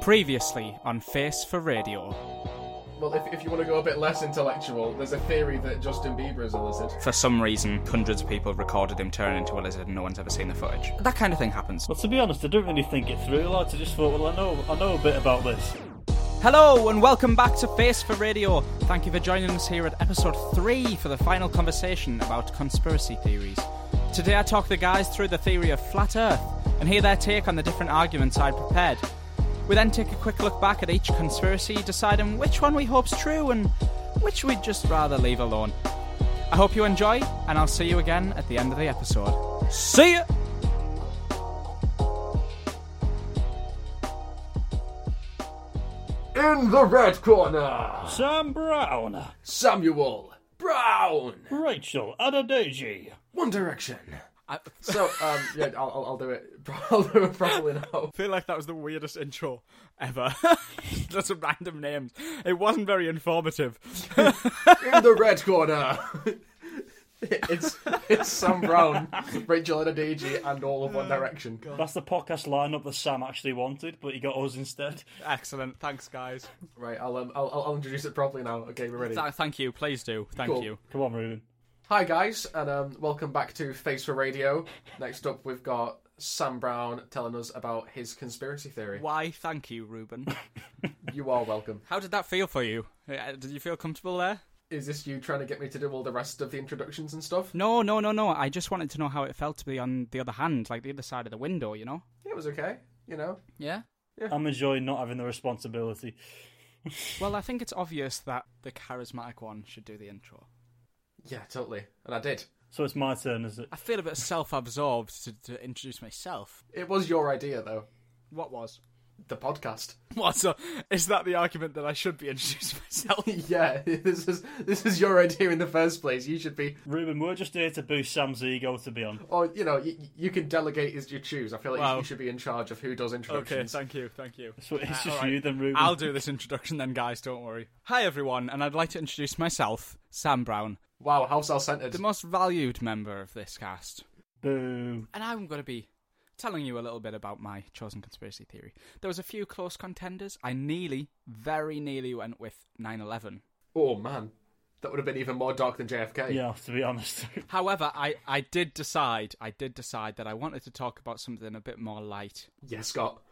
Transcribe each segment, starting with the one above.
Previously on Face for Radio. Well, if, if you want to go a bit less intellectual, there's a theory that Justin Bieber is a lizard. For some reason, hundreds of people have recorded him turning into a lizard and no one's ever seen the footage. That kind of thing happens. Well, to be honest, I didn't really think it through, lads. I just thought, well, I know, I know a bit about this. Hello and welcome back to Face for Radio. Thank you for joining us here at episode 3 for the final conversation about conspiracy theories. Today I talk the guys through the theory of flat earth and hear their take on the different arguments I'd prepared. We then take a quick look back at each conspiracy, deciding which one we hope's true and which we'd just rather leave alone. I hope you enjoy, and I'll see you again at the end of the episode. See ya! In the red corner, Sam Brown, Samuel Brown, Rachel Adadeji. One Direction. I So, um, yeah, I'll, I'll, I'll do it. I'll do it properly now. feel like that was the weirdest intro ever. Just some random names. It wasn't very informative. In the red corner. It's it's Sam Brown, Rachel Adedeji, and all of One Direction. That's the podcast lineup that Sam actually wanted, but he got us instead. Excellent. Thanks, guys. Right, I'll, um, I'll I'll I'll introduce it properly now. Okay, we're ready. thank you. Please do. Thank Cool. you. Come on, Ruben. Hi guys, and um, welcome back to Face for Radio. Next up, we've got Sam Brown telling us about his conspiracy theory. Why, thank you, Ruben. You are welcome. How did that feel for you? Uh, Did you feel comfortable there? Is this you trying to get me to do all the rest of the introductions and stuff? No, no, no, no. I just wanted to know how it felt to be on the other hand, like the other side of the window, you know? It was okay, you know. Yeah. I'm enjoying not having the responsibility. Well, I think it's obvious that the charismatic one should do the intro. Yeah, totally. And I did. So it's my turn, is it? I feel a bit self absorbed to, to introduce myself. It was your idea though. What was? The podcast. What? So, is that the argument that I should be introducing myself? yeah, this is this is your idea in the first place. You should be, Ruben, we're just here to boost Sam's ego, to be on. or you know, you, you can delegate as you choose. I feel like Wow. you should be in charge of who does Okay, introductions. thank you, thank you. So it's just Uh, alright. you then, Ruben. I'll do this introduction then, guys, don't worry. Hi, everyone, and I'd like to introduce myself, Sam Brown, Wow, how self-centered. the most valued member of this cast. Boo. And I'm going to be telling you a little bit about my chosen conspiracy theory. There was a few close contenders. I nearly, very nearly went with 9/11. oh man, that would have been even more dark than JFK. Yeah, to be honest. However, I, I did decide, I did decide that I wanted to talk about something a bit more light. yeah Scott.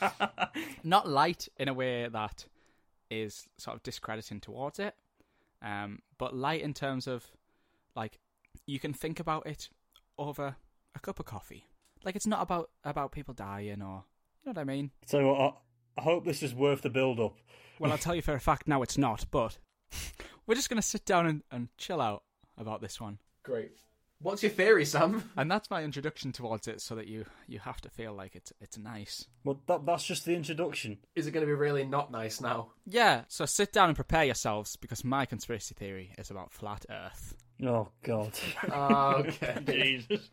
Not light in a way that is sort of discrediting towards it, um, but light in terms of like you can think about it over a cup of coffee. Like it's not about about people dying or you know what I mean. so I, I hope this is worth the build up. Well, I'll tell you for a fact now it's not, but we're just going to sit down and, and chill out about this one. Great. What's your theory, Sam? And that's my introduction towards it so that you, you have to feel like it's, it's nice. Well, that, that's just the introduction. Is it going to be really not nice now? Yeah, so sit down and prepare yourselves because my conspiracy theory is about flat Earth. Oh, God. Ah, okay. Jesus.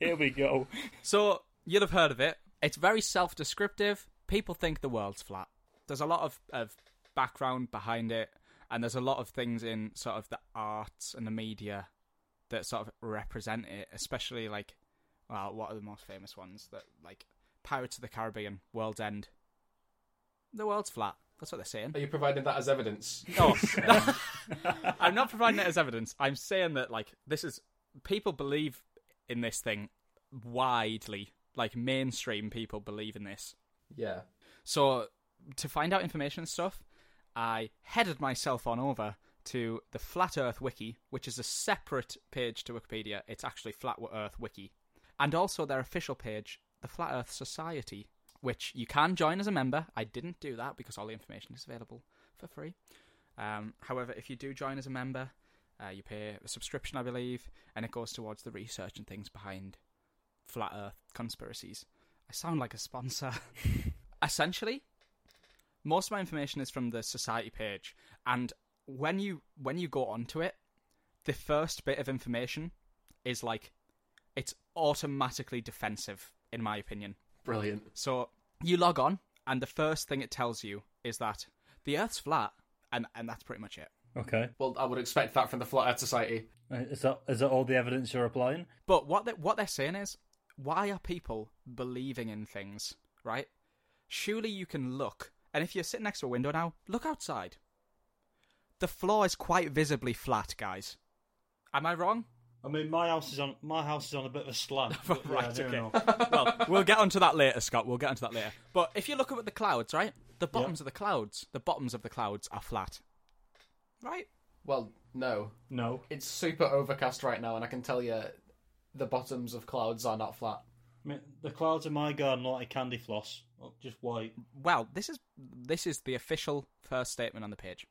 Here we go. So, you'll have heard of it. It's very self descriptive. People think the world's flat. There's a lot of, of background behind it, and there's a lot of things in sort of the arts and the media that sort of represent it, especially like, well, what are the most famous ones? That Like Pirates of the Caribbean, World's End. The world's flat. That's what they're saying. Are you providing that as evidence? No, I'm not providing it as evidence. I'm saying that like this is people believe in this thing widely. Like mainstream people believe in this. Yeah. So to find out information and stuff, I headed myself on over to the Flat Earth Wiki, which is a separate page to Wikipedia. It's actually Flat Earth Wiki, and also their official page, the Flat Earth Society, which you can join as a member. I didn't do that because all the information is available for free. Um, however, if you do join as a member, uh, you pay a subscription, I believe, and it goes towards the research and things behind flat Earth conspiracies. I sound like a sponsor. Essentially, most of my information is from the society page, and when you when you go onto it, the first bit of information is like it's automatically defensive, in my opinion. Brilliant. So you log on, and the first thing it tells you is that the Earth's flat, and and that's pretty much it. Okay. Well, I would expect that from the Flat Earth Society. Uh, Is that is that all the evidence you're applying? But what they, what they're saying is, why are people believing in things? Right? surely you can look, and if you're sitting next to a window now, look outside. The floor is quite visibly flat, guys. Am I wrong? I mean, my house is on my house is on a bit of a slant. but yeah, I right, do okay. know. well, we'll get onto that later, Scott. We'll get onto that later. But if you look up at the clouds, right? The bottoms of the clouds, the bottoms of the clouds are flat. Right? Well, no. No, It's super overcast right now, and I can tell you the bottoms of clouds are not flat. I mean, the clouds in my garden are like candy floss, oh, just white. Well, this is this is the official first statement on the page.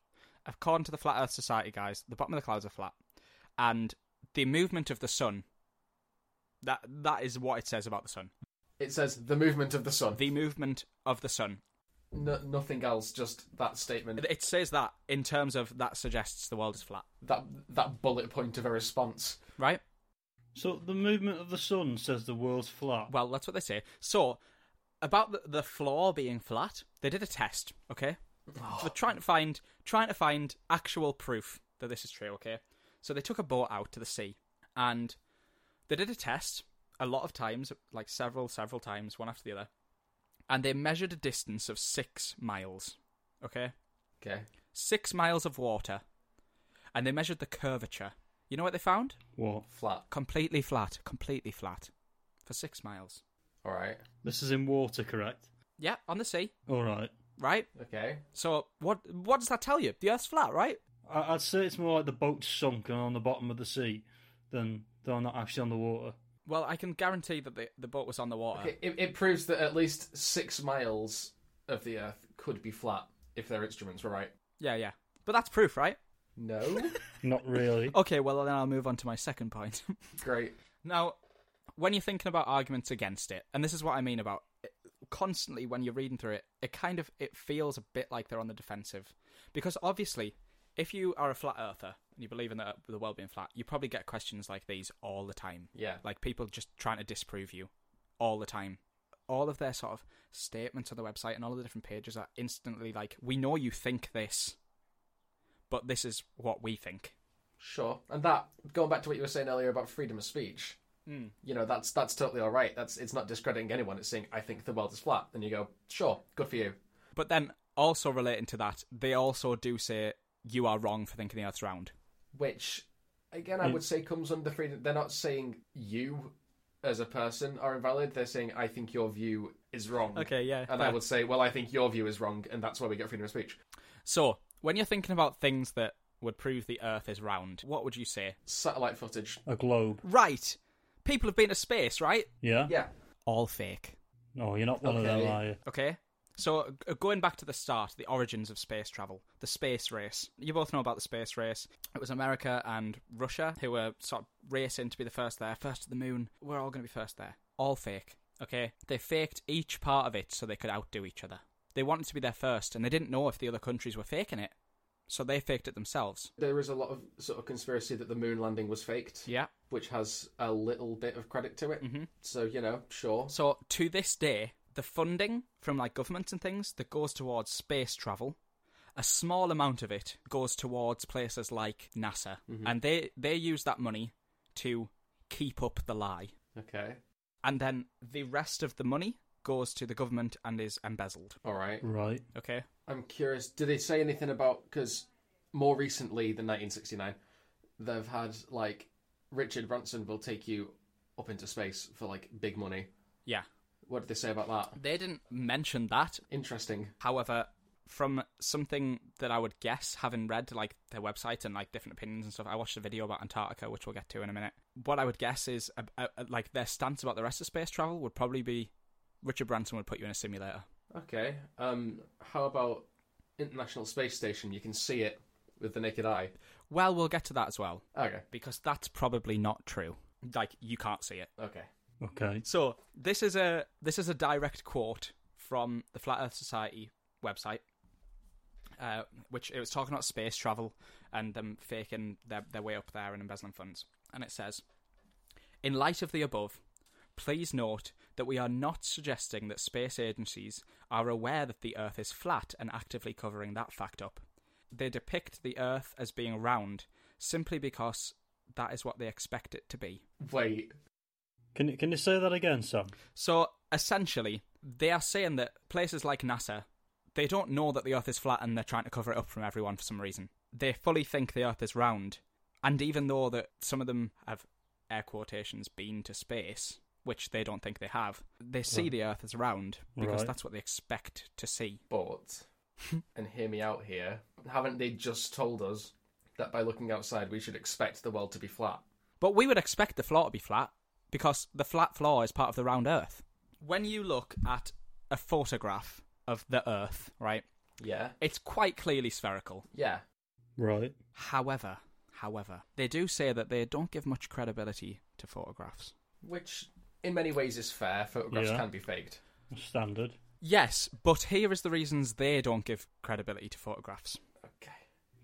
According to the Flat Earth Society, guys, the bottom of the clouds are flat, and the movement of the sun. That that is what it says about the sun. It says the movement of the sun. The movement of the sun. No- nothing else, just that statement. It says that in terms of that suggests the world is flat, That that bullet point of a response. right? So the movement of the sun says the world's flat. Well, that's what they say. So, about the, the floor being flat, they did a test. Okay, they're trying to find trying to find actual proof that this is true. Okay, so they took a boat out to the sea and they did a test a lot of times, like several several times, one after the other, and they measured a distance of six miles. Okay, Okay. six miles of water, and they measured the curvature. You know what they found? What? Flat. Completely flat, completely flat, for six miles. All right. This is in water, correct? Yeah, on the sea. All right. right? Okay. So what what does that tell you? The Earth's flat, right? I- I'd say it's more like the boat's sunk and on the bottom of the sea than they're not actually on the water. Well, I can guarantee that the, the boat was on the water. It, it, it proves that at least six miles of the Earth could be flat if their instruments were right. Yeah, yeah. But that's proof, right? No. Not really. Okay, well then I'll move on to my second point. Great. now, when you're thinking about arguments against it, and this is what I mean about it, constantly when you're reading through it, it kind of it feels a bit like they're on the defensive because obviously, if you are a flat earther and you believe in the, the world being flat, you probably get questions like these all the time. Yeah. like people just trying to disprove you all the time all of their sort of statements on the website and all of the different pages are instantly like we know you think this but this is what we think Sure. And that going back to what you were saying earlier about freedom of speech. Mm. You know, that's that's totally all right. That's it's not discrediting anyone. It's saying I think the world is flat, and you go, sure, good for you. but then also relating to that they also do say you are wrong for thinking the earth's round Which, again, I Hmm. would say comes under freedom. They're not saying you as a person are invalid. They're saying I think your view is wrong. yeah And I would say, well, I think your view is wrong, and that's why we get freedom of speech. so when you're thinking about things that would prove the earth is round what would you say Satellite footage. A globe. right people have been to space right Yeah? Yeah. all fake No, you're not one of them, Okay. are you? Okay. So uh, going back to the start, the origins of space travel, the space race. You both know about the space race. It was America and Russia who were sort of racing to be the first there, first to the moon. We're all going to be first there. All fake. Okay. They faked each part of it so they could outdo each other. They wanted to be there first, and they didn't know if the other countries were faking it, so they faked it themselves. There is a lot of sort of conspiracy that the moon landing was faked, Yeah. which has a little bit of credit to it. Mhm. So you know, sure. So to this day, the funding from like governments and things that goes towards space travel, a small amount of it goes towards places like NASA, and they they use that money to keep up the lie, Okay. and then the rest of the money goes to the government and is embezzled. All right. Right. Okay, I'm curious. Do they say anything about because more recently than 1969, they've had like Richard Branson will take you up into space for like big money. yeah, What did they say about that? they didn't mention that. Interesting. However, from something that I would guess, having read like their website and like different opinions and stuff, I watched a video about Antarctica, which we'll get to in a minute. What I would guess is uh, uh, like their stance about the rest of space travel would probably be Richard Branson would put you in a simulator. Okay. Um, how about International Space Station? You can see it with the naked eye. Well, we'll get to that as well Okay. because that's probably not true. Like you can't see it. Okay. Okay. So this is a this is a direct quote from the Flat Earth Society website, uh, which it was talking about space travel and them faking their their way up there and embezzling funds. And it says, in light of the above, please note that we are not suggesting that space agencies are aware that the Earth is flat and actively covering that fact up. They depict the Earth as being round simply because that is what they expect it to be. Wait. Can, can you say that again, Sam? So essentially, they are saying that places like NASA, they don't know that the Earth is flat and they're trying to cover it up from everyone for some reason. They fully think the Earth is round, and even though that some of them have air quotations been to space, which they don't think they have, they see Right. the Earth as round because Right. that's what they expect to see. But, and hear me out here, haven't they just told us that by looking outside we should expect the world to be flat? But we would expect the floor to be flat because the flat floor is part of the round Earth. When you look at a photograph of the Earth, right, Yeah, it's quite clearly spherical. yeah. Right. However, however, they do say that they don't give much credibility to photographs. Which, in many ways, is fair. Photographs Yeah. can be faked. Standard. Yes, but here is the reasons they don't give credibility to photographs. Okay.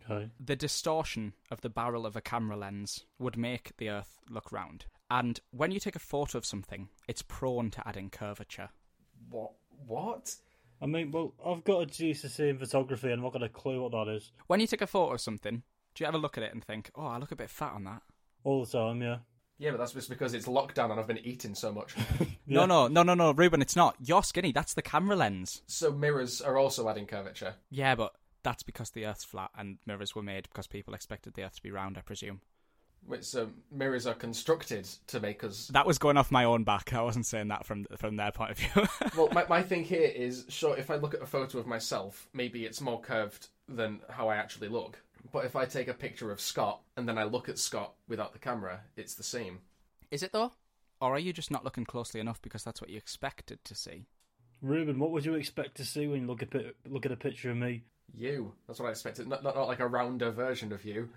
Okay. The distortion of the barrel of a camera lens would make the Earth look round. And when you take a photo of something, it's prone to adding curvature. What? What? I mean, well, I've got a GCC in photography and I've not got a clue what that is When you take a photo of something, do you ever look at it and think, oh, I look a bit fat on that? all the time, yeah. Yeah, but that's just because it's lockdown and I've been eating so much. No, no, no, no, no, Ruben, it's not. You're skinny. That's the camera lens. so mirrors are also adding curvature. Yeah, but that's because the Earth's flat and mirrors were made because people expected the Earth to be round, I presume. Which so mirrors are constructed to make us. That was going off my own back. I wasn't saying that from from their point of view. Well, my, my thing here is sure, if I look at a photo of myself, maybe it's more curved than how I actually look. But if I take a picture of Scott and then I look at Scott without the camera, it's the same. Is it though? Or are you just not looking closely enough because that's what you expected to see? Ruben, what would you expect to see when you look at pi- look at a picture of me? You. That's what I expected. Not, not, not like a rounder version of you.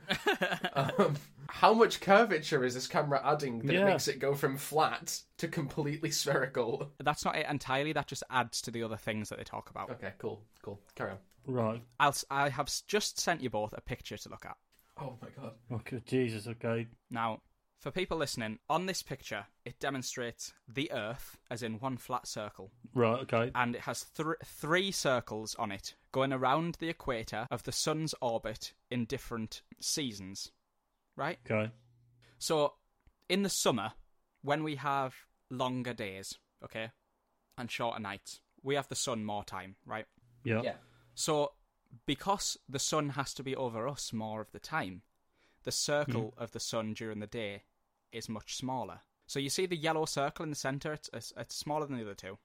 um, how much curvature is this camera adding that it Yeah. makes it go from flat to completely spherical? That's not it entirely. That just adds to the other things that they talk about. Okay, cool, cool. Carry on. Right. I'll, s- I have s- just sent you both a picture to look at. Oh my god. Okay. Jesus. Okay. Now, for people listening, on this picture, it demonstrates the Earth as in one flat circle, Right. Okay. and it has thr three circles on it going around the equator of the sun's orbit in different seasons. Right? Okay. So, in the summer, when we have longer days, okay, and shorter nights, we have the sun more time, right? Yeah. Yeah. So, because the sun has to be over us more of the time, the circle of the sun during the day is much smaller. So, you see the yellow circle in the center, it's, it's, it's smaller than the other two.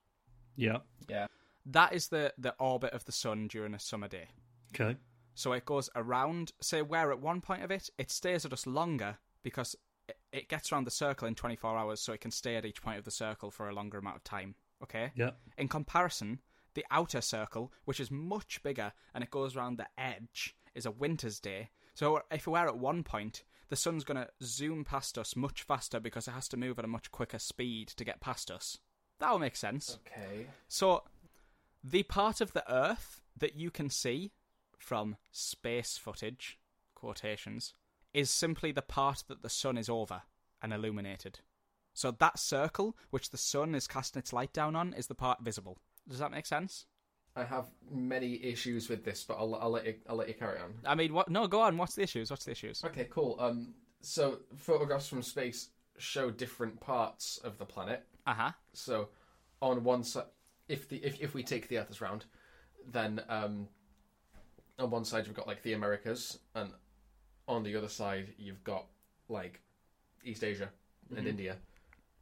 Yeah. Yeah. That is the, the orbit of the sun during a summer day. Okay. So it goes around, say, where at one point of it, it stays at us longer because it- it gets around the circle in 24 hours, so it can stay at each point of the circle for a longer amount of time. Okay? Yeah. In comparison, the outer circle, which is much bigger and it goes around the edge, is a winter's day. So if we're at one point, the sun's going to zoom past us much faster because it has to move at a much quicker speed to get past us. That'll make sense. Okay. So, the part of the Earth that you can see from space footage, quotations, is simply the part that the sun is over and illuminated. So, that circle which the sun is casting its light down on is the part visible. Does that make sense? I have many issues with this, but I'll, I'll let you. I'll let you carry on. I mean, what? No, go on. What's the issues? What's the issues? Okay, cool. Um, so photographs from space show different parts of the planet. Uh huh. So, on one side, if the if, if we take the Earth as round, then um, on one side you've got like the Americas, and on the other side you've got like East Asia Mm-hmm. and India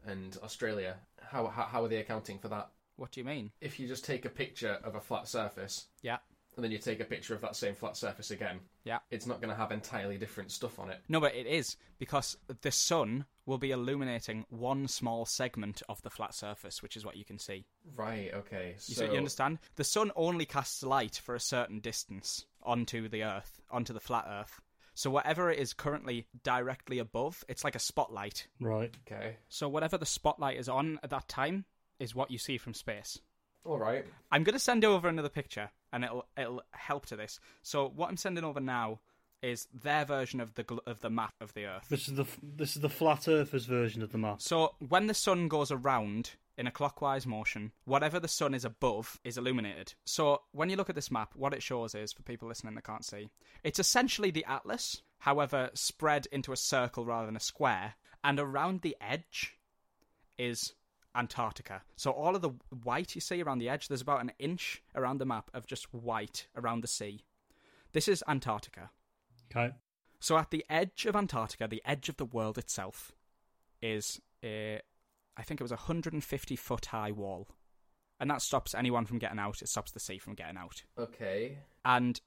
and Australia. How, how how are they accounting for that? What do you mean? If you just take a picture of a flat surface, Yeah. and then you take a picture of that same flat surface again, Yeah. it's not going to have entirely different stuff on it. No, but it is because the sun will be illuminating one small segment of the flat surface, which is what you can see. Right. Okay. So You, see- you understand? The sun only casts light for a certain distance onto the Earth, onto the flat Earth. So whatever it is currently directly above, it's like a spotlight. Right. Okay. So whatever the spotlight is on at that time is what you see from space. All right. I'm going to send over another picture, and it'll it'll help to this. So what I'm sending over now is their version of the gl- of the map of the Earth. This is the f- this is the flat Earthers version of the mass. So when the sun goes around in a clockwise motion, whatever the sun is above is illuminated. So when you look at this map, what it shows is for people listening that can't see, it's essentially the atlas, however spread into a circle rather than a square, and around the edge is Antarctica. So all of the white you see around the edge, there's about an inch around the map of just white around the sea. This is Antarctica. Okay. So at the edge of Antarctica, the edge of the world itself, is a, I think it was a 150 foot high wall, and that stops anyone from getting out. It stops the sea from getting out. Okay. And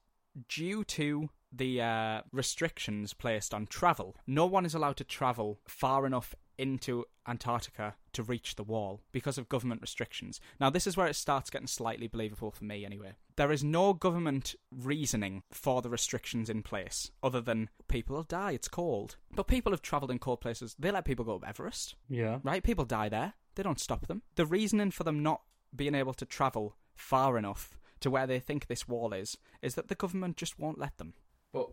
due to the uh, restrictions placed on travel, no one is allowed to travel far enough into Antarctica to reach the wall because of government restrictions. Now, this is where it starts getting slightly believable for me, anyway. There is no government reasoning for the restrictions in place other than people will die, it's cold. But people have travelled in cold places, they let people go up Everest Yeah. right? People die there. They don't stop them. The reasoning for them not being able to travel far enough to where they think this wall is is that the government just won't let them. But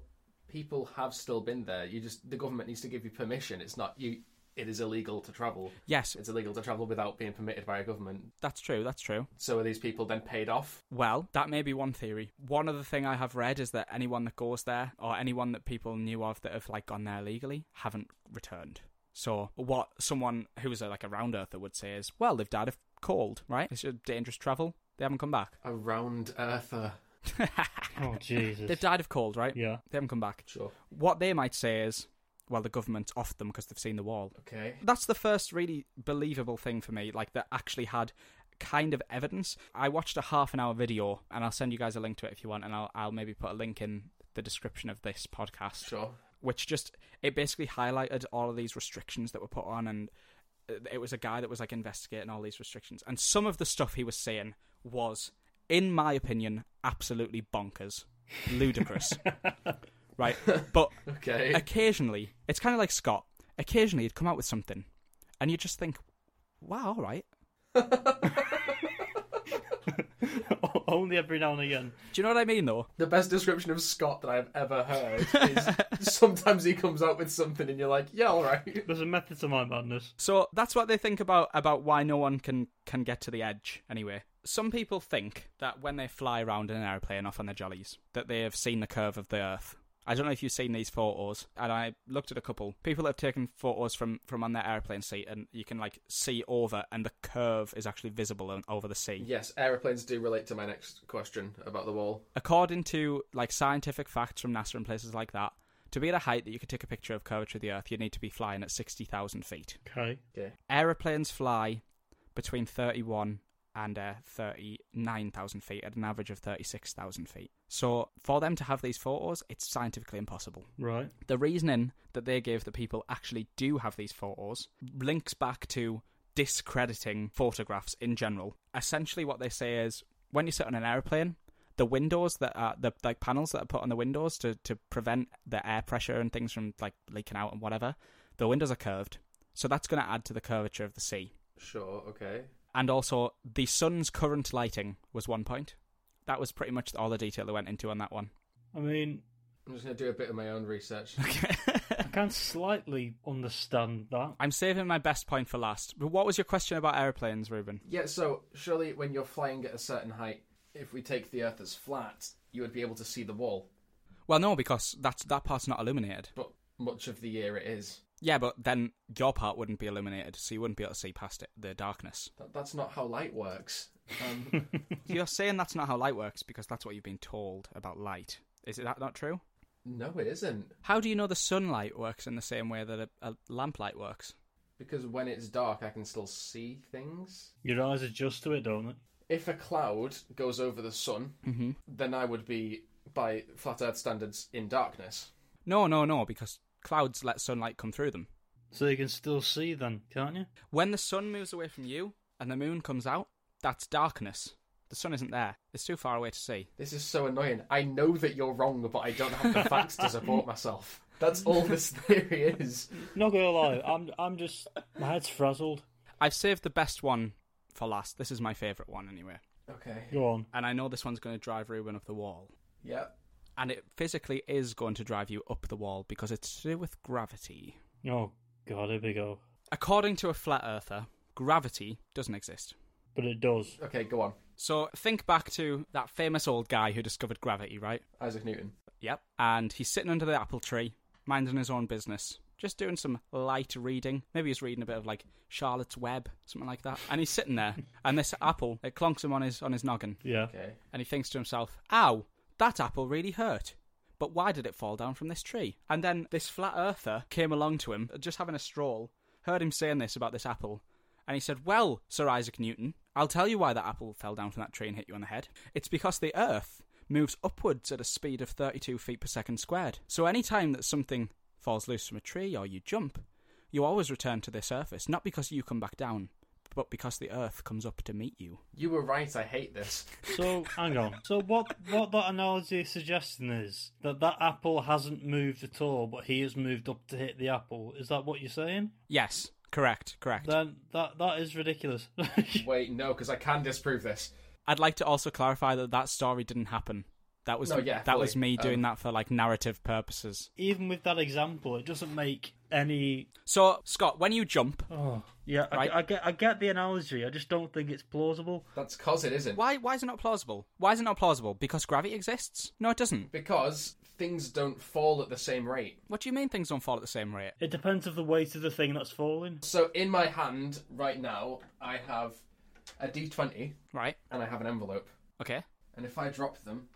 people have still been there. You just the government needs to give you permission. It's not you. It is illegal to travel. Yes, It's illegal to travel without being permitted by a government. that's true, that's true. So are these people then paid off? Well, that may be one theory. One other thing I have read is that anyone that goes there or anyone that people knew of that have like gone there legally haven't returned. So what someone who's a, like a round earther would say is, well, they've died of cold, right? It's just dangerous travel. They haven't come back. A round earther. Oh Jesus. They've died of cold, right? yeah. They haven't come back. Sure. what they might say is, well, the government's off them because they've seen the wall. Okay. That's the first really believable thing for me, like that actually had kind of evidence. I watched a half an hour video, and I'll send you guys a link to it if you want, and I'll, I'll maybe put a link in the description of this podcast Sure. which just it basically highlighted all of these restrictions that were put on and uh, it was a guy that was like investigating all these restrictions and some of the stuff he was saying was in my opinion absolutely bonkers ludicrous right but Okay. occasionally it's kind of like scott occasionally he'd come out with something and you just think wow all right Only every now and again. do you know what i mean though The best description of Scott that I've ever heard is sometimes he comes out with something and you're like, yeah, all right. There's a method to my madness. So that's what they think about about why no one can can get to the edge anyway. Some people think that when they fly around in an airplane off on their jollies, that they have seen the curve of the Earth. I don't know if you've seen these photos, and I looked at a couple people that have taken photos from from on their airplane seat, and you can like see over, and the curve is actually visible on, over the sea. Yes, aeroplanes do relate to my next question about the wall. According to like scientific facts from NASA and places like that, to be at a height that you could take a picture of curvature of the Earth, you need to be flying at sixty thousand feet. Okay. Okay. Aeroplanes fly between 31 and uh, 39,000 feet at an average of 36,000 feet. So for them to have these photos, it's scientifically impossible. Right. The reasoning that they give that people actually do have these photos links back to discrediting photographs in general. Essentially, what they say is when you sit on an airplane, the windows that are the like panels that are put on the windows to to prevent the air pressure and things from like leaking out and whatever, the windows are curved, so that's going to add to the curvature of the sea. Sure, okay. And also, the sun's current lighting was one point. That was pretty much all the detail they went into on that one. I mean, I'm just going to do a bit of my own research. I can slightly understand that. I'm saving my best point for last. But what was your question about airplanes, Ruben? Yeah, so surely when you're flying at a certain height, if we take the Earth as flat, you would be able to see the wall. Well, no, because that's that part's not illuminated. But much of the year it is. Yeah, but then your part wouldn't be illuminated, so you wouldn't be able to see past it, the darkness. That, that's not how light works. Um, You're saying that's not how light works because that's what you've been told about light. Is that not true? no, it isn't. How do you know the sunlight works in the same way that a, a lamplight works? Because when it's dark, I can still see things. Your eyes adjust to it, don't they? If a cloud goes over the sun, then I would be, by flat Earth standards, in darkness. No, no, no, because clouds let sunlight come through them. So you can still see then, can't you? When the sun moves away from you and the moon comes out, that's darkness. The sun isn't there. It's too far away to see. This is so annoying. I know that you're wrong, but I don't have the facts to support myself. That's all this theory is. Not gonna lie, I'm I'm just my head's frazzled. I've saved the best one for last. This is my favourite one anyway. Okay. Go on. And I know this one's going to drive Ruben up the wall. Yeah. And it physically is going to drive you up the wall because it's to do with gravity. Oh god, here we go. According to a flat earther, gravity doesn't exist. But it does. Okay, go on. So think back to that famous old guy who discovered gravity, right? Isaac Newton. Yep. And he's sitting under the apple tree, minding his own business, just doing some light reading. Maybe he's reading a bit of like Charlotte's Web, something like that. And he's sitting there, and this apple it clonks him on his on his noggin, Yeah. Okay. and he thinks to himself, "Ow, that apple really hurt." But why did it fall down from this tree? And then this flat earther came along to him, just having a stroll, heard him saying this about this apple, and he said, Well, Sir Isaac Newton, I'll tell you why that apple fell down from that tree and hit you on the head. It's because the Earth moves upwards at a speed of 32 feet per second squared. So any time that something falls loose from a tree or you jump, you always return to the surface, not because you come back down, but because the Earth comes up to meet you. You were right. I hate this. So hang on. So what? What that analogy is suggesting is that that apple hasn't moved at all, but he has moved up to hit the apple. Is that what you're saying? Yes, correct, correct. Then that that is ridiculous. Wait, no, because I can disprove this. I'd like to also clarify that that story didn't happen. That was No, yeah, that was fully. me doing Um, that for like narrative purposes. Even with that example, it doesn't make any. So Scott, when you jump, Oh, yeah. I, Right. I get I get the analogy. I just don't think it's plausible. That's because it isn't. Why? Why is it not plausible? Why is it not plausible? Because gravity exists? No, it doesn't. Because things don't fall at the same rate. What do you mean things don't fall at the same rate? It depends of the weight of the thing that's falling. So in my hand right now, I have a d20 Right. and I have an envelope. Okay. And if I drop them,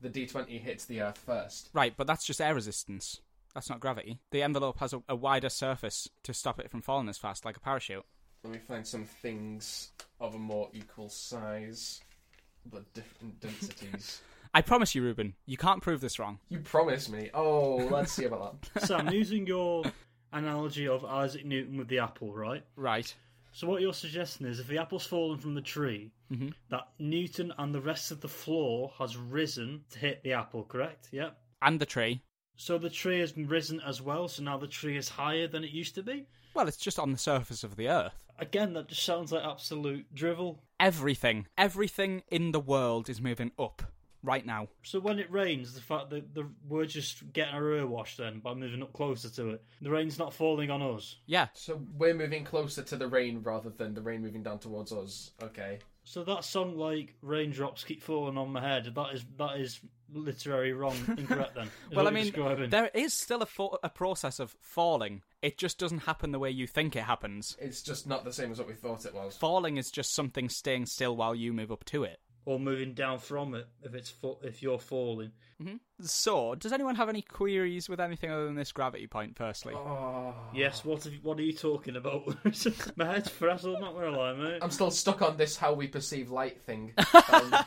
the d20 hits the earth first. Right, but that's just air resistance. That's not gravity. The envelope has a, a wider surface to stop it from falling as fast, like a parachute. Let me find some things of a more equal size, but different densities. I promise you, Ruben, you can't prove this wrong. you promised me. Oh, let's see about that. Sam, using your analogy of Isaac Newton with the apple, right? Right. So what you're suggesting is if the apple's fallen from the tree, that Newton and the rest of the floor has risen to hit the apple, correct? Yep. And the tree. So the tree has risen as well, so now the tree is higher than it used to be. Well, it's just on the surface of the Earth. Again, that just sounds like absolute drivel. Everything, everything in the world is moving up right now. So when it rains, the fact that the, we're just getting our ear washed then by moving up closer to it. The rain's not falling on us. Yeah. So we're moving closer to the rain rather than the rain moving down towards us. Okay. So that song like raindrops keep falling on my head, that is that is literary wrong, incorrect then. is Well, what I you're mean, describing. there is still a, fo- a process of falling. It just doesn't happen the way you think it happens. It's just not the same as what we thought it was. Falling is just something staying still while you move up to it. or moving down from it if it's fa- if you're falling. So, does anyone have any queries with anything other than this gravity point, firstly? Oh. Yes, what have, what are you talking about? My head's frazzled, not gonna lie, mate. Um, I'm still stuck on this how we perceive light thing. Um,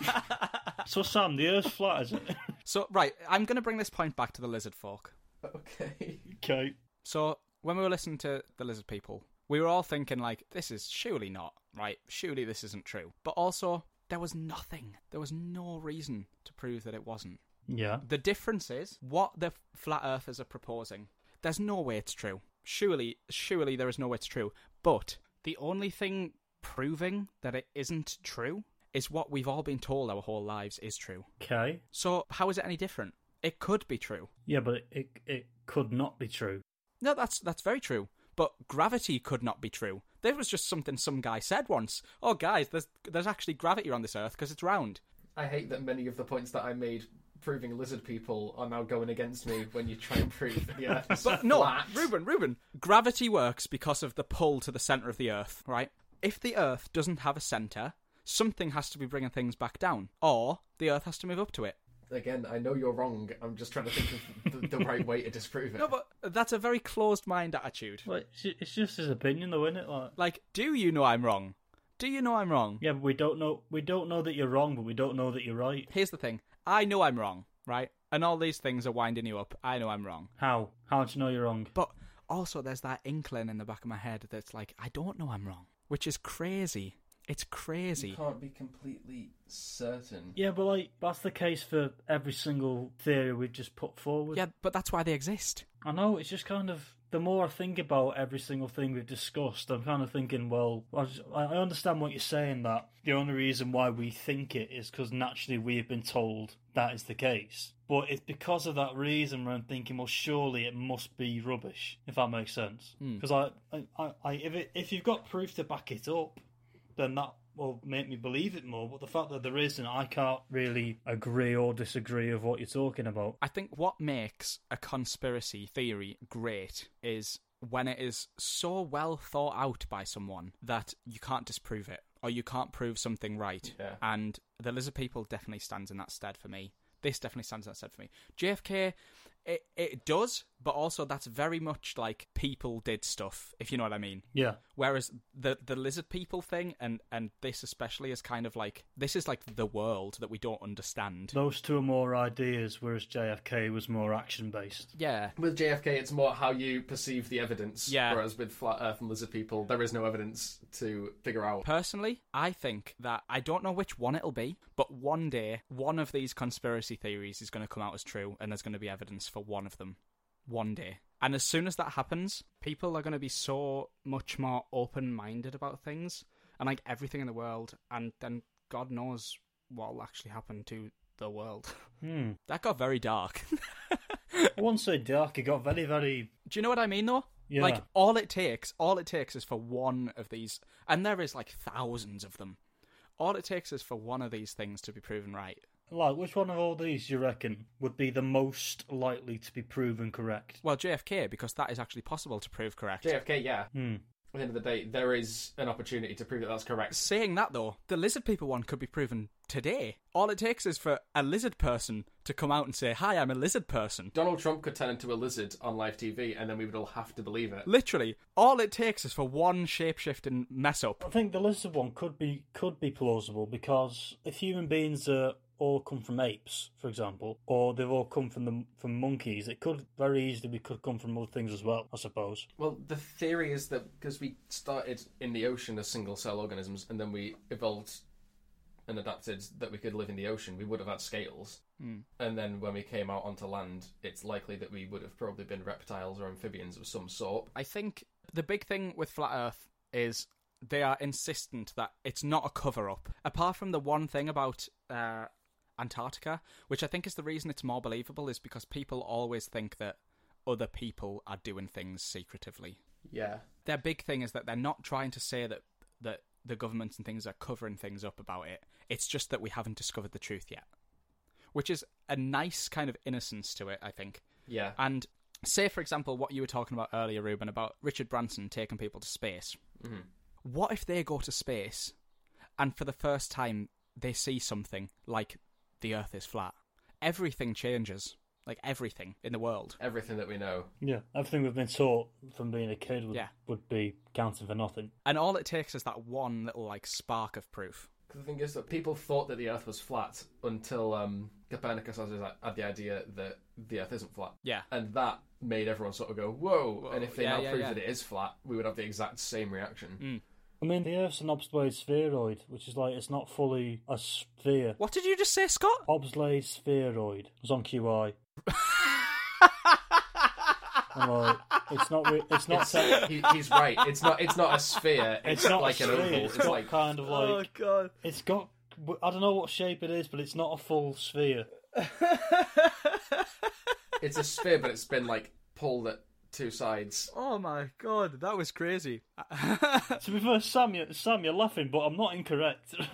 So Sam, the Earth's flat, is it? So, right, I'm going to bring this point back to the lizard folk. okay. okay. So, when we were listening to the lizard people, we were all thinking, like, this is surely not, right? Surely this isn't true. But also, there was nothing. There was no reason to prove that it wasn't. Yeah. The difference is what the flat earthers are proposing. There's no way it's true. Surely, surely there is no way it's true. But the only thing proving that it isn't true is what we've all been told our whole lives is true. Okay. So how is it any different? It could be true. Yeah, but it it could not be true. No, that's that's very true. But gravity could not be true. There was just something some guy said once. Oh, guys, there's there's actually gravity on this Earth because it's round. I hate that many of the points that I made proving lizard people are now going against me when you try and prove that the earth is But no, flat. Ruben, Ruben. Gravity works because of the pull to the center of the Earth, right? If the Earth doesn't have a center, something has to be bringing things back down, or the Earth has to move up to it. Again, I know you're wrong. I'm just trying to think of the, the right way to disprove it. No, but that's a very closed mind attitude. Well, it's, ju- it's just his opinion, though, isn't it? Like, Like, do you know I'm wrong? Do you know I'm wrong? yeah, but we don't know. We don't know that you're wrong, but we don't know that you're right. Here's the thing I know I'm wrong, right? And all these things are winding you up. I know I'm wrong. How? How do you know you're wrong? But also, there's that inkling in the back of my head that's like, I don't know I'm wrong, which is crazy. It's you crazy. can't be completely certain. Yeah, but like that's the case for every single theory we've just put forward. Yeah, but that's why they exist. I know, it's just kind of the more I think about every single thing we've discussed, I'm kind of thinking, well, I, was- I understand what you're saying that the only reason why we think it is because naturally we've been told that is the case. But it's because of that reason where I'm thinking, well, surely it must be rubbish, if that makes sense. Because I, I, I, if it, if you've got proof to back it up, then that will make me believe it more. But the fact that there is, and I can't really agree or disagree of what you're talking about. I think what makes a conspiracy theory great is when it is so well thought out by someone that you can't disprove it or you can't prove something right. Yeah. And the lizard people definitely stands in that stead for me. This definitely stands in that stead for me. JFK, it, it does, but also that's very much like people did stuff, if you know what I mean. Yeah, Whereas the the lizard people thing and and this especially is kind of like this is like the world that we don't understand. those two are more ideas, whereas JFK was more action based. Yeah. With JFK, it's more how you perceive the evidence. Yeah. Whereas with flat Earth and lizard people, there is no evidence to figure out. Personally, I think that I don't know which one it'll be, but one day one of these conspiracy theories is going to come out as true and there's going to be evidence for one of them. One day. And as soon as that happens, people are going to be so much more open-minded about things and like everything in the world and then god knows what'll actually happen to the world. Hmm. That got very dark. I won't say dark. It got very, very. Do you know what I mean though? Yeah. Like all it takes, all it takes is for one of these and there is like thousands of them. All it takes is for one of these things to be proven right. Like, which one of all these do you reckon would be the most likely to be proven correct? Well, JFK because that is actually possible to prove correct. JFK, yeah. Hmm. At the end of the day, there is an opportunity to prove that that's correct. Saying that though, the lizard people one could be proven today. All it takes is for a lizard person to come out and say, "Hi, I'm a lizard person." Donald Trump could turn into a lizard on live TV, and then we would all have to believe it. Literally, all it takes is for one shapeshifting mess up. I think the lizard one could be could be plausible because if human beings are all come from apes, for example, or they've all come from the from monkeys, it could very easily be could come from other things as well. I suppose. Well, the theory is that because we started in the ocean as single cell organisms, and then we evolved and adapted that we could live in the ocean, we would have had scales. Mm. And then when we came out onto land, it's likely that we would have probably been reptiles or amphibians of some sort. I think the big thing with Flat Earth is they are insistent that it's not a cover up. Apart from the one thing about uh, Antarctica, which I think is the reason it's more believable, is because people always think that other people are doing things secretively. Yeah. Their big thing is that they're not trying to say that that the governments and things are covering things up about it. It's just that we haven't discovered the truth yet, which is a nice kind of innocence to it. I think. Yeah. And say, for example, what you were talking about earlier, Ruben, about Richard Branson taking people to space. Mhm. What if they go to space and for the first time they see something like the Earth is flat? Everything changes. Like everything in the world. Everything that we know. Yeah, everything we've been taught from being a kid would Yeah. would be counting for nothing. And all it takes is that one little, like, spark of proof. 'Cause the thing is that people thought that the Earth was flat until um, Copernicus had his- had the idea that the Earth isn't flat. Yeah. And that made everyone sort of go, whoa. Whoa, and if they yeah, now yeah, prove yeah. that it is flat, we would have the exact same reaction. I mean, the Earth's an obsolete spheroid, which is like it's not fully a sphere. What did you just say, Scott? Obsolete spheroid. It was on QI. I'm like, it's not. Re- it's Mm. not. It's, set- he, he's right. It's not. It's not a sphere. It's, it's not like a an sphere. oval. It's, It's got like kind of like God. it's got. I don't know what shape it is, but it's not a full sphere. it's a sphere, but it's been like pulled at two sides. Oh my God. That was crazy. To be fair, Sam, you're, Sam, you're laughing, but I'm not incorrect.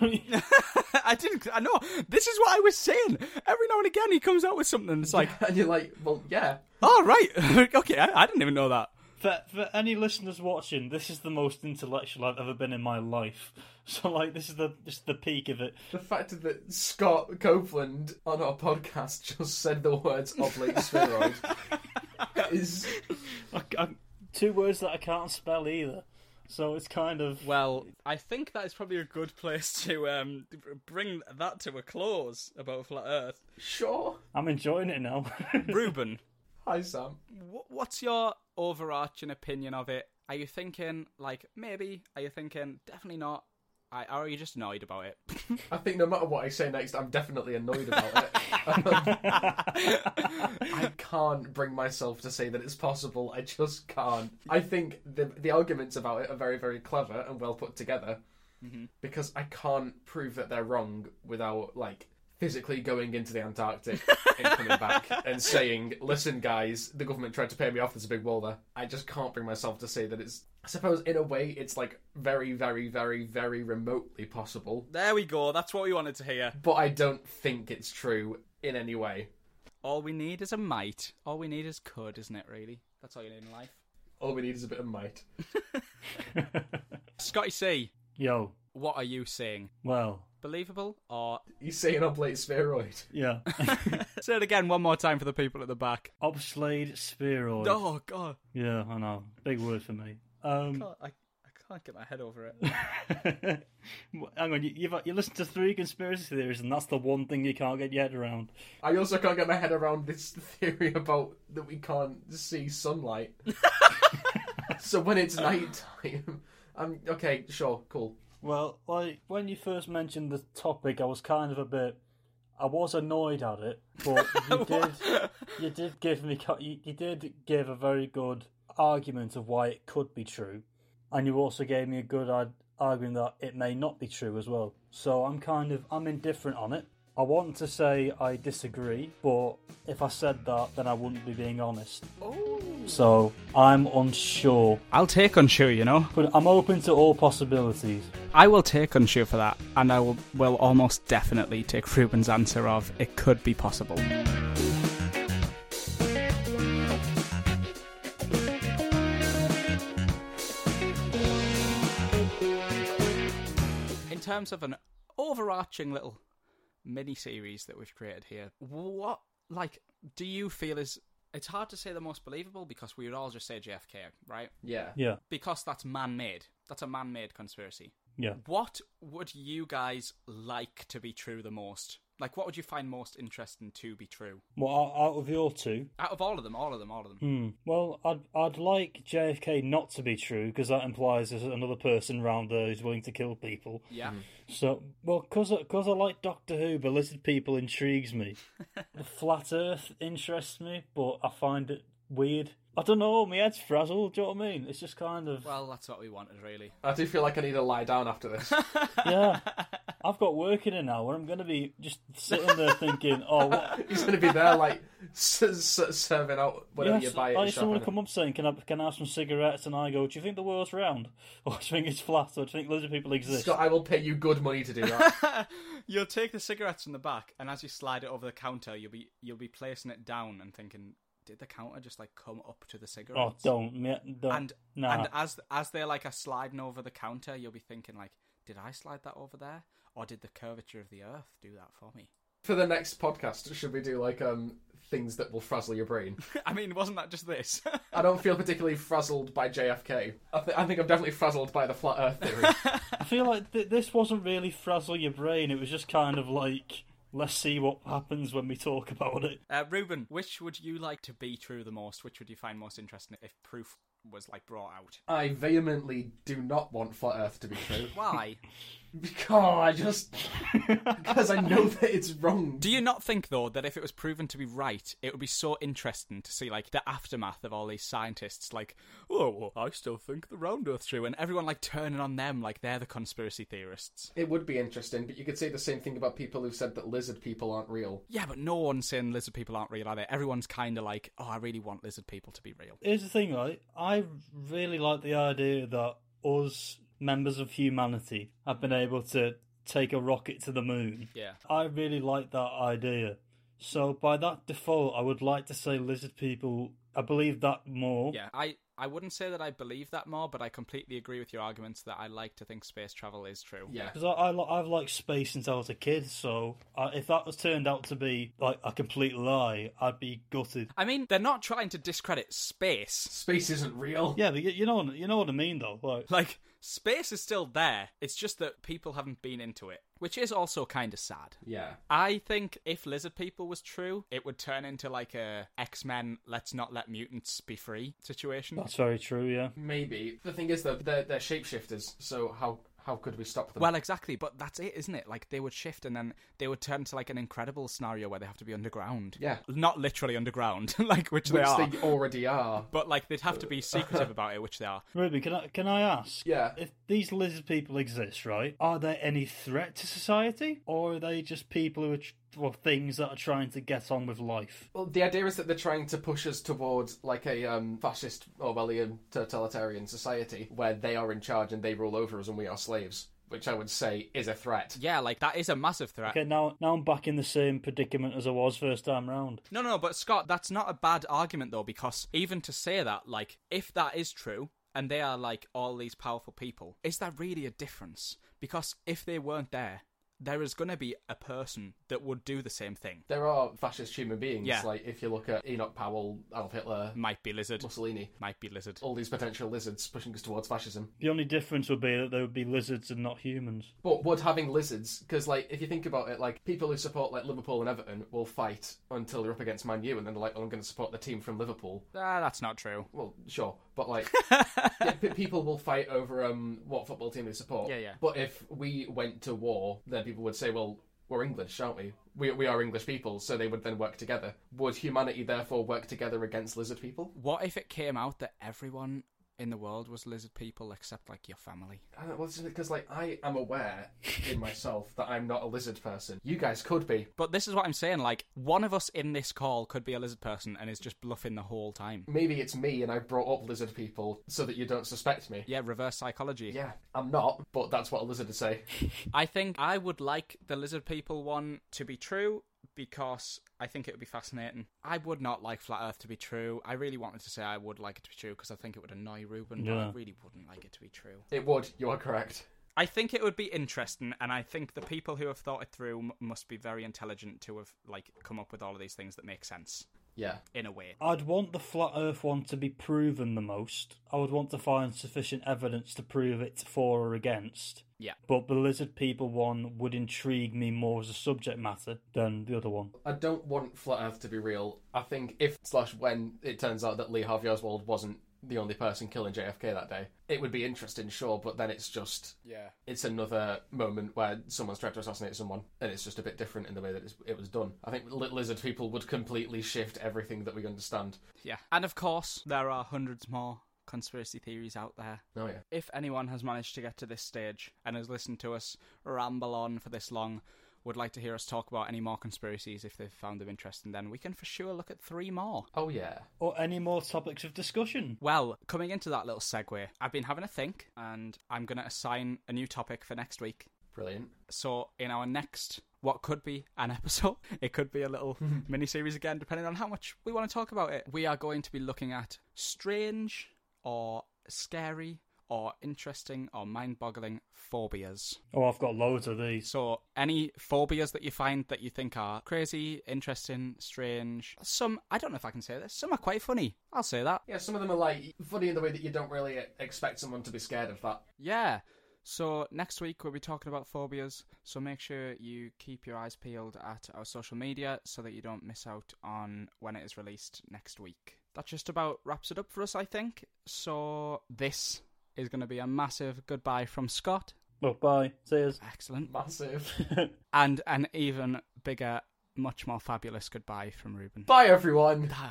I didn't. I know. This is what I was saying. Every now and again, he comes out with something. And it's like, And you're like, well, yeah. oh right, okay. I, I didn't even know that. for, for any listeners watching, this is the most intellectual I've ever been in my life. So, like, this is the this is the peak of it. The fact that Scott Copeland on our podcast just said the words oblate spheroid is I, uh, I- two words that I can't spell either. So it's kind of Well, I think that is probably a good place to um bring that to a close about flat Earth. sure. I'm enjoying it now. Ruben, Hi Sam. wh- what's your overarching opinion of it? Are you thinking like maybe? Are you thinking definitely not? I, or are you just annoyed about it? I think no matter what I say next, I'm definitely annoyed about it. I can't bring myself to say that it's possible. I just can't. I think the the arguments about it are very, very clever and well put together because I can't prove that they're wrong without like physically going into the Antarctic and coming back and saying, "Listen, guys, the government tried to pay me off. There's a big wall there." I just can't bring myself to say that it's I suppose in a way it's like very, very, very, very remotely possible, There we go. That's what we wanted to hear. but I don't think it's true in any way. All we need is a might. All we need is could, isn't it? Really, that's all you need in life. All we need is a bit of might. Scotty C, Yo, what are you saying? well, Believable or You saying oblate spheroid? yeah. say it again one more time for the people at the back? Obsolete spheroid. Oh God, Yeah, I know. Big word for me. Um, I, I can't get my head over it. hang on, you, you've you listened to three conspiracy theories, and that's the one thing you can't get your head around. I also can't get my head around this theory about that we can't see sunlight. so when it's night time, I'm okay. Sure, cool. Well, like when you first mentioned the topic, I was kind of a bit, I was annoyed at it, but you did, you did give me, co- you, you did give a very good argument of why it could be true, and you also gave me a good ar- argument that it may not be true as well. So I'm kind of, I'm indifferent on it. I want to say I disagree, but if I said that, then I wouldn't be being honest. So I'm unsure, I'll take unsure, you know. but I'm open to all possibilities. I will take unsure for that, and I will, will almost definitely take Ruben's answer of it could be possible. In terms of an overarching little mini series that we've created here, what like do you feel is it's hard to say the most believable because we would all just say JFK, right? Yeah. Yeah, Because that's man made. That's a man made conspiracy. yeah. What would you guys like to be true the most? Like, what would you find most interesting to be true? Well, out- out of your two, Out of all of them, all of them, all of them. hmm. well, I'd I'd like JFK not to be true because that implies there's another person round there who's willing to kill people. Yeah. So, well, because because I like Doctor Who, belittled people intrigues me. the flat Earth interests me, but I find it weird. I don't know. My head's frazzled. Do you know what I mean? It's just kind of Well, that's what we wanted, really. I do feel like I need to lie down after this. yeah. I've got work in an hour. I'm going to be just sitting there thinking, oh, what, He's going to be there, like s- s- serving out whatever Yes, you buy I at the had shop. someone innit? come up saying, "Can I can I have some cigarettes?" And I go, "Do you think the world's round, or do you think it's flat, or do you think loads of people exist?" Scott, I will pay you good money to do that. You'll take the cigarettes from the back, and as you slide it over the counter, you'll be you'll be placing it down and thinking, did the counter just like come up to the Oh, cigarettes? don't, me- don't, and nah. and as as they're like a sliding over the counter, you'll be thinking like, did I slide that over there, or did the curvature of the earth do that for me? For the next podcast, should we do like um things that will frazzle your brain? I mean, wasn't that just this? I don't feel particularly frazzled by JFK. I, th- I think I'm definitely frazzled by the flat Earth theory. I feel like th- this wasn't really frazzle your brain. It was just kind of like, let's see what happens when we talk about it. Uh, Ruben, which would you like to be true the most? Which would you find most interesting if proof was like brought out? I vehemently do not want flat Earth to be true Why? because I just because I know that it's wrong. Do you not think though that if it was proven to be right, it would be so interesting to see like the aftermath of all these scientists like, oh, well, I still think the round earth's true, and everyone like turning on them like they're the conspiracy theorists. It would be interesting, but you could say the same thing about people who said that lizard people aren't real. Yeah, but no one's saying lizard people aren't real, are they? Everyone's kind of like, oh, I really want lizard people to be real. Here's the thing, right? I really like the idea that us members of humanity have been able to take a rocket to the moon. Yeah. I really like that idea. So by that default, I would like to say lizard people. I believe that more. Yeah, I, I wouldn't say that I believe that more, but I completely agree with your arguments that I like to think space travel is true. Yeah, Because I, I, li- I've liked space since I was a kid, so I, if that was turned out to be like a complete lie, I'd be gutted. I mean, they're not trying to discredit space. space isn't real. Yeah, but you, you know, what- you know what I mean, though. Like, Like, space is still there. It's just that people haven't been into it, which is also kind of sad. Yeah. I think if Lizard People was true, it would turn into like a X Men let's not let mutants be free situation. that's very true. Yeah, Maybe the thing is though they're, they're shapeshifters, so how how could we stop them? Well, exactly, but that's it, isn't it? Like, they would shift and then they would turn to like an incredible scenario where they have to be underground. yeah, Not literally underground, like, which, they which are. they already are. But like, they'd have to be secretive about it, which they are. Ruby, can I can I ask? Yeah. If these lizard people exist, right? Are they any threat to society, or are they just people who are tr- or things that are trying to get on with life. Well, the idea is that they're trying to push us towards like a um, fascist Orwellian totalitarian society where they are in charge and they rule over us and we are slaves, which I would say is a threat. Yeah, like that is a massive threat. Okay, now now I'm back in the same predicament as I was first time round. No, no, but Scott, that's not a bad argument though, because even to say that, like, if that is true, and they are like all these powerful people, is there really a difference? Because if they weren't there, there is going to be a person that would do the same thing. There are fascist human beings. Yeah. Mm. Like if you look at Enoch Powell, Adolf Hitler, Might be lizard. Mussolini, Might be lizard. all these potential lizards pushing us towards fascism. The only difference would be that they would be lizards and not humans. But would having lizards, because like if you think about it, like people who support like Liverpool and Everton will fight until they're up against Man U, and then they're like, "Oh, I'm going to support the team from Liverpool." Ah, that's not true. Well, sure, but like yeah, pe- people will fight over um what football team they support. Yeah, yeah. But if we went to war, then people would say, "Well, we're English, aren't we? We we are English people," so they would then work together. Would humanity therefore work together against lizard people? What if it came out that everyone in the world was lizard people except like your family? I don't know, because like I am aware in myself that I'm not a lizard person. You guys could be. But this is what I'm saying, like, one of us in this call could be a lizard person and is just bluffing the whole time. maybe it's me and I brought up lizard people so that you don't suspect me. Yeah, reverse psychology. Yeah, I'm not, but that's what a lizard would say. I think I would like the lizard people one to be true because I think it would be fascinating. I would not like flat earth to be true. I really wanted to say I would like it to be true because I think it would annoy Ruben, but I Yeah. really wouldn't like it to be true. It would, you are correct. I think it would be interesting and I think the people who have thought it through m- must be very intelligent to have like come up with all of these things that make sense Yeah. in a way. I'd want the flat Earth one to be proven the most. I would want to find sufficient evidence to prove it for or against. Yeah. But the lizard people one would intrigue me more as a subject matter than the other one. I don't want Flat Earth to be real. I think if slash when it turns out that Lee Harvey Oswald wasn't the only person killing JFK that day, it would be interesting, sure, but then it's just Yeah. it's another moment where someone's tried to assassinate someone, and it's just a bit different in the way that it's, it was done. I think li- lizard people would completely shift everything that we understand. Yeah. And of course, there are hundreds more conspiracy theories out there. Oh yeah. If anyone has managed to get to this stage and has listened to us ramble on for this long, would like to hear us talk about any more conspiracies if they've found them interesting, then we can for sure look at three more. Oh yeah. Or any more topics of discussion. Well, coming into that little segue, I've been having a think and I'm going to assign a new topic for next week. Brilliant. So, in our next, what could be an episode, it could be a little mini series again, depending on how much we want to talk about it. We are going to be looking at strange or scary or interesting or mind boggling phobias. Oh, I've got loads of these. So, any phobias that you find that you think are crazy, interesting, strange, some, I don't know if I can say this, some are quite funny. I'll say that. Yeah, some of them are like funny in the way that you don't really expect someone to be scared of that. Yeah. So next week we'll be talking about phobias. So make sure you keep your eyes peeled at our social media so that you don't miss out on when it is released next week. That just about wraps it up for us, I think. So this is going to be a massive goodbye from Scott. Well, bye. Cheers. Excellent. Massive. And an even bigger, much more fabulous goodbye from Ruben. Bye, everyone. Wow.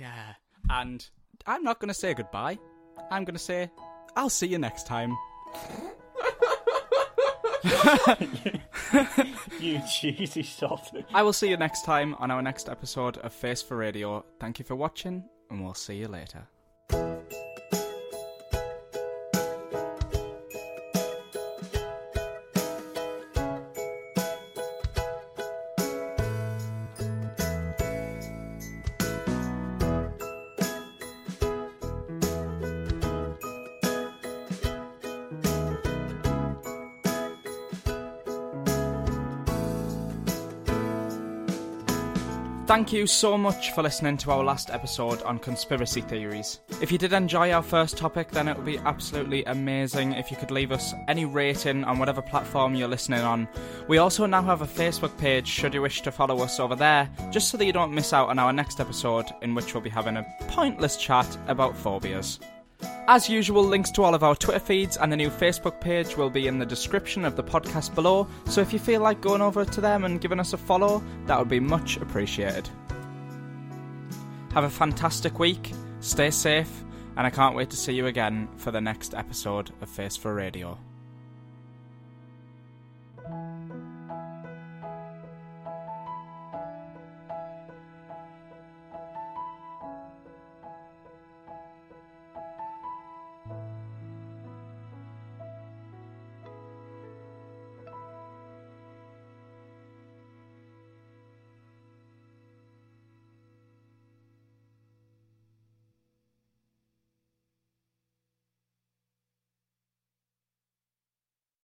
Yeah. And I'm not going to say goodbye. I'm going to say, I'll see you next time. you cheesy sod. I will see you next time on our next episode of Face for Radio. Thank you for watching, and we'll see you later. Thank you so much for listening to our last episode on conspiracy theories. If you did enjoy our first topic, then it would be absolutely amazing if you could leave us any rating on whatever platform you're listening on. We also now have a Facebook page should you wish to follow us over there, just so that you don't miss out on our next episode, in which we'll be having a pointless chat about phobias. As usual, links to all of our Twitter feeds and the new Facebook page will be in the description of the podcast below, so if you feel like going over to them and giving us a follow, that would be much appreciated. Have a fantastic week, stay safe, and I can't wait to see you again for the next episode of Face for Radio.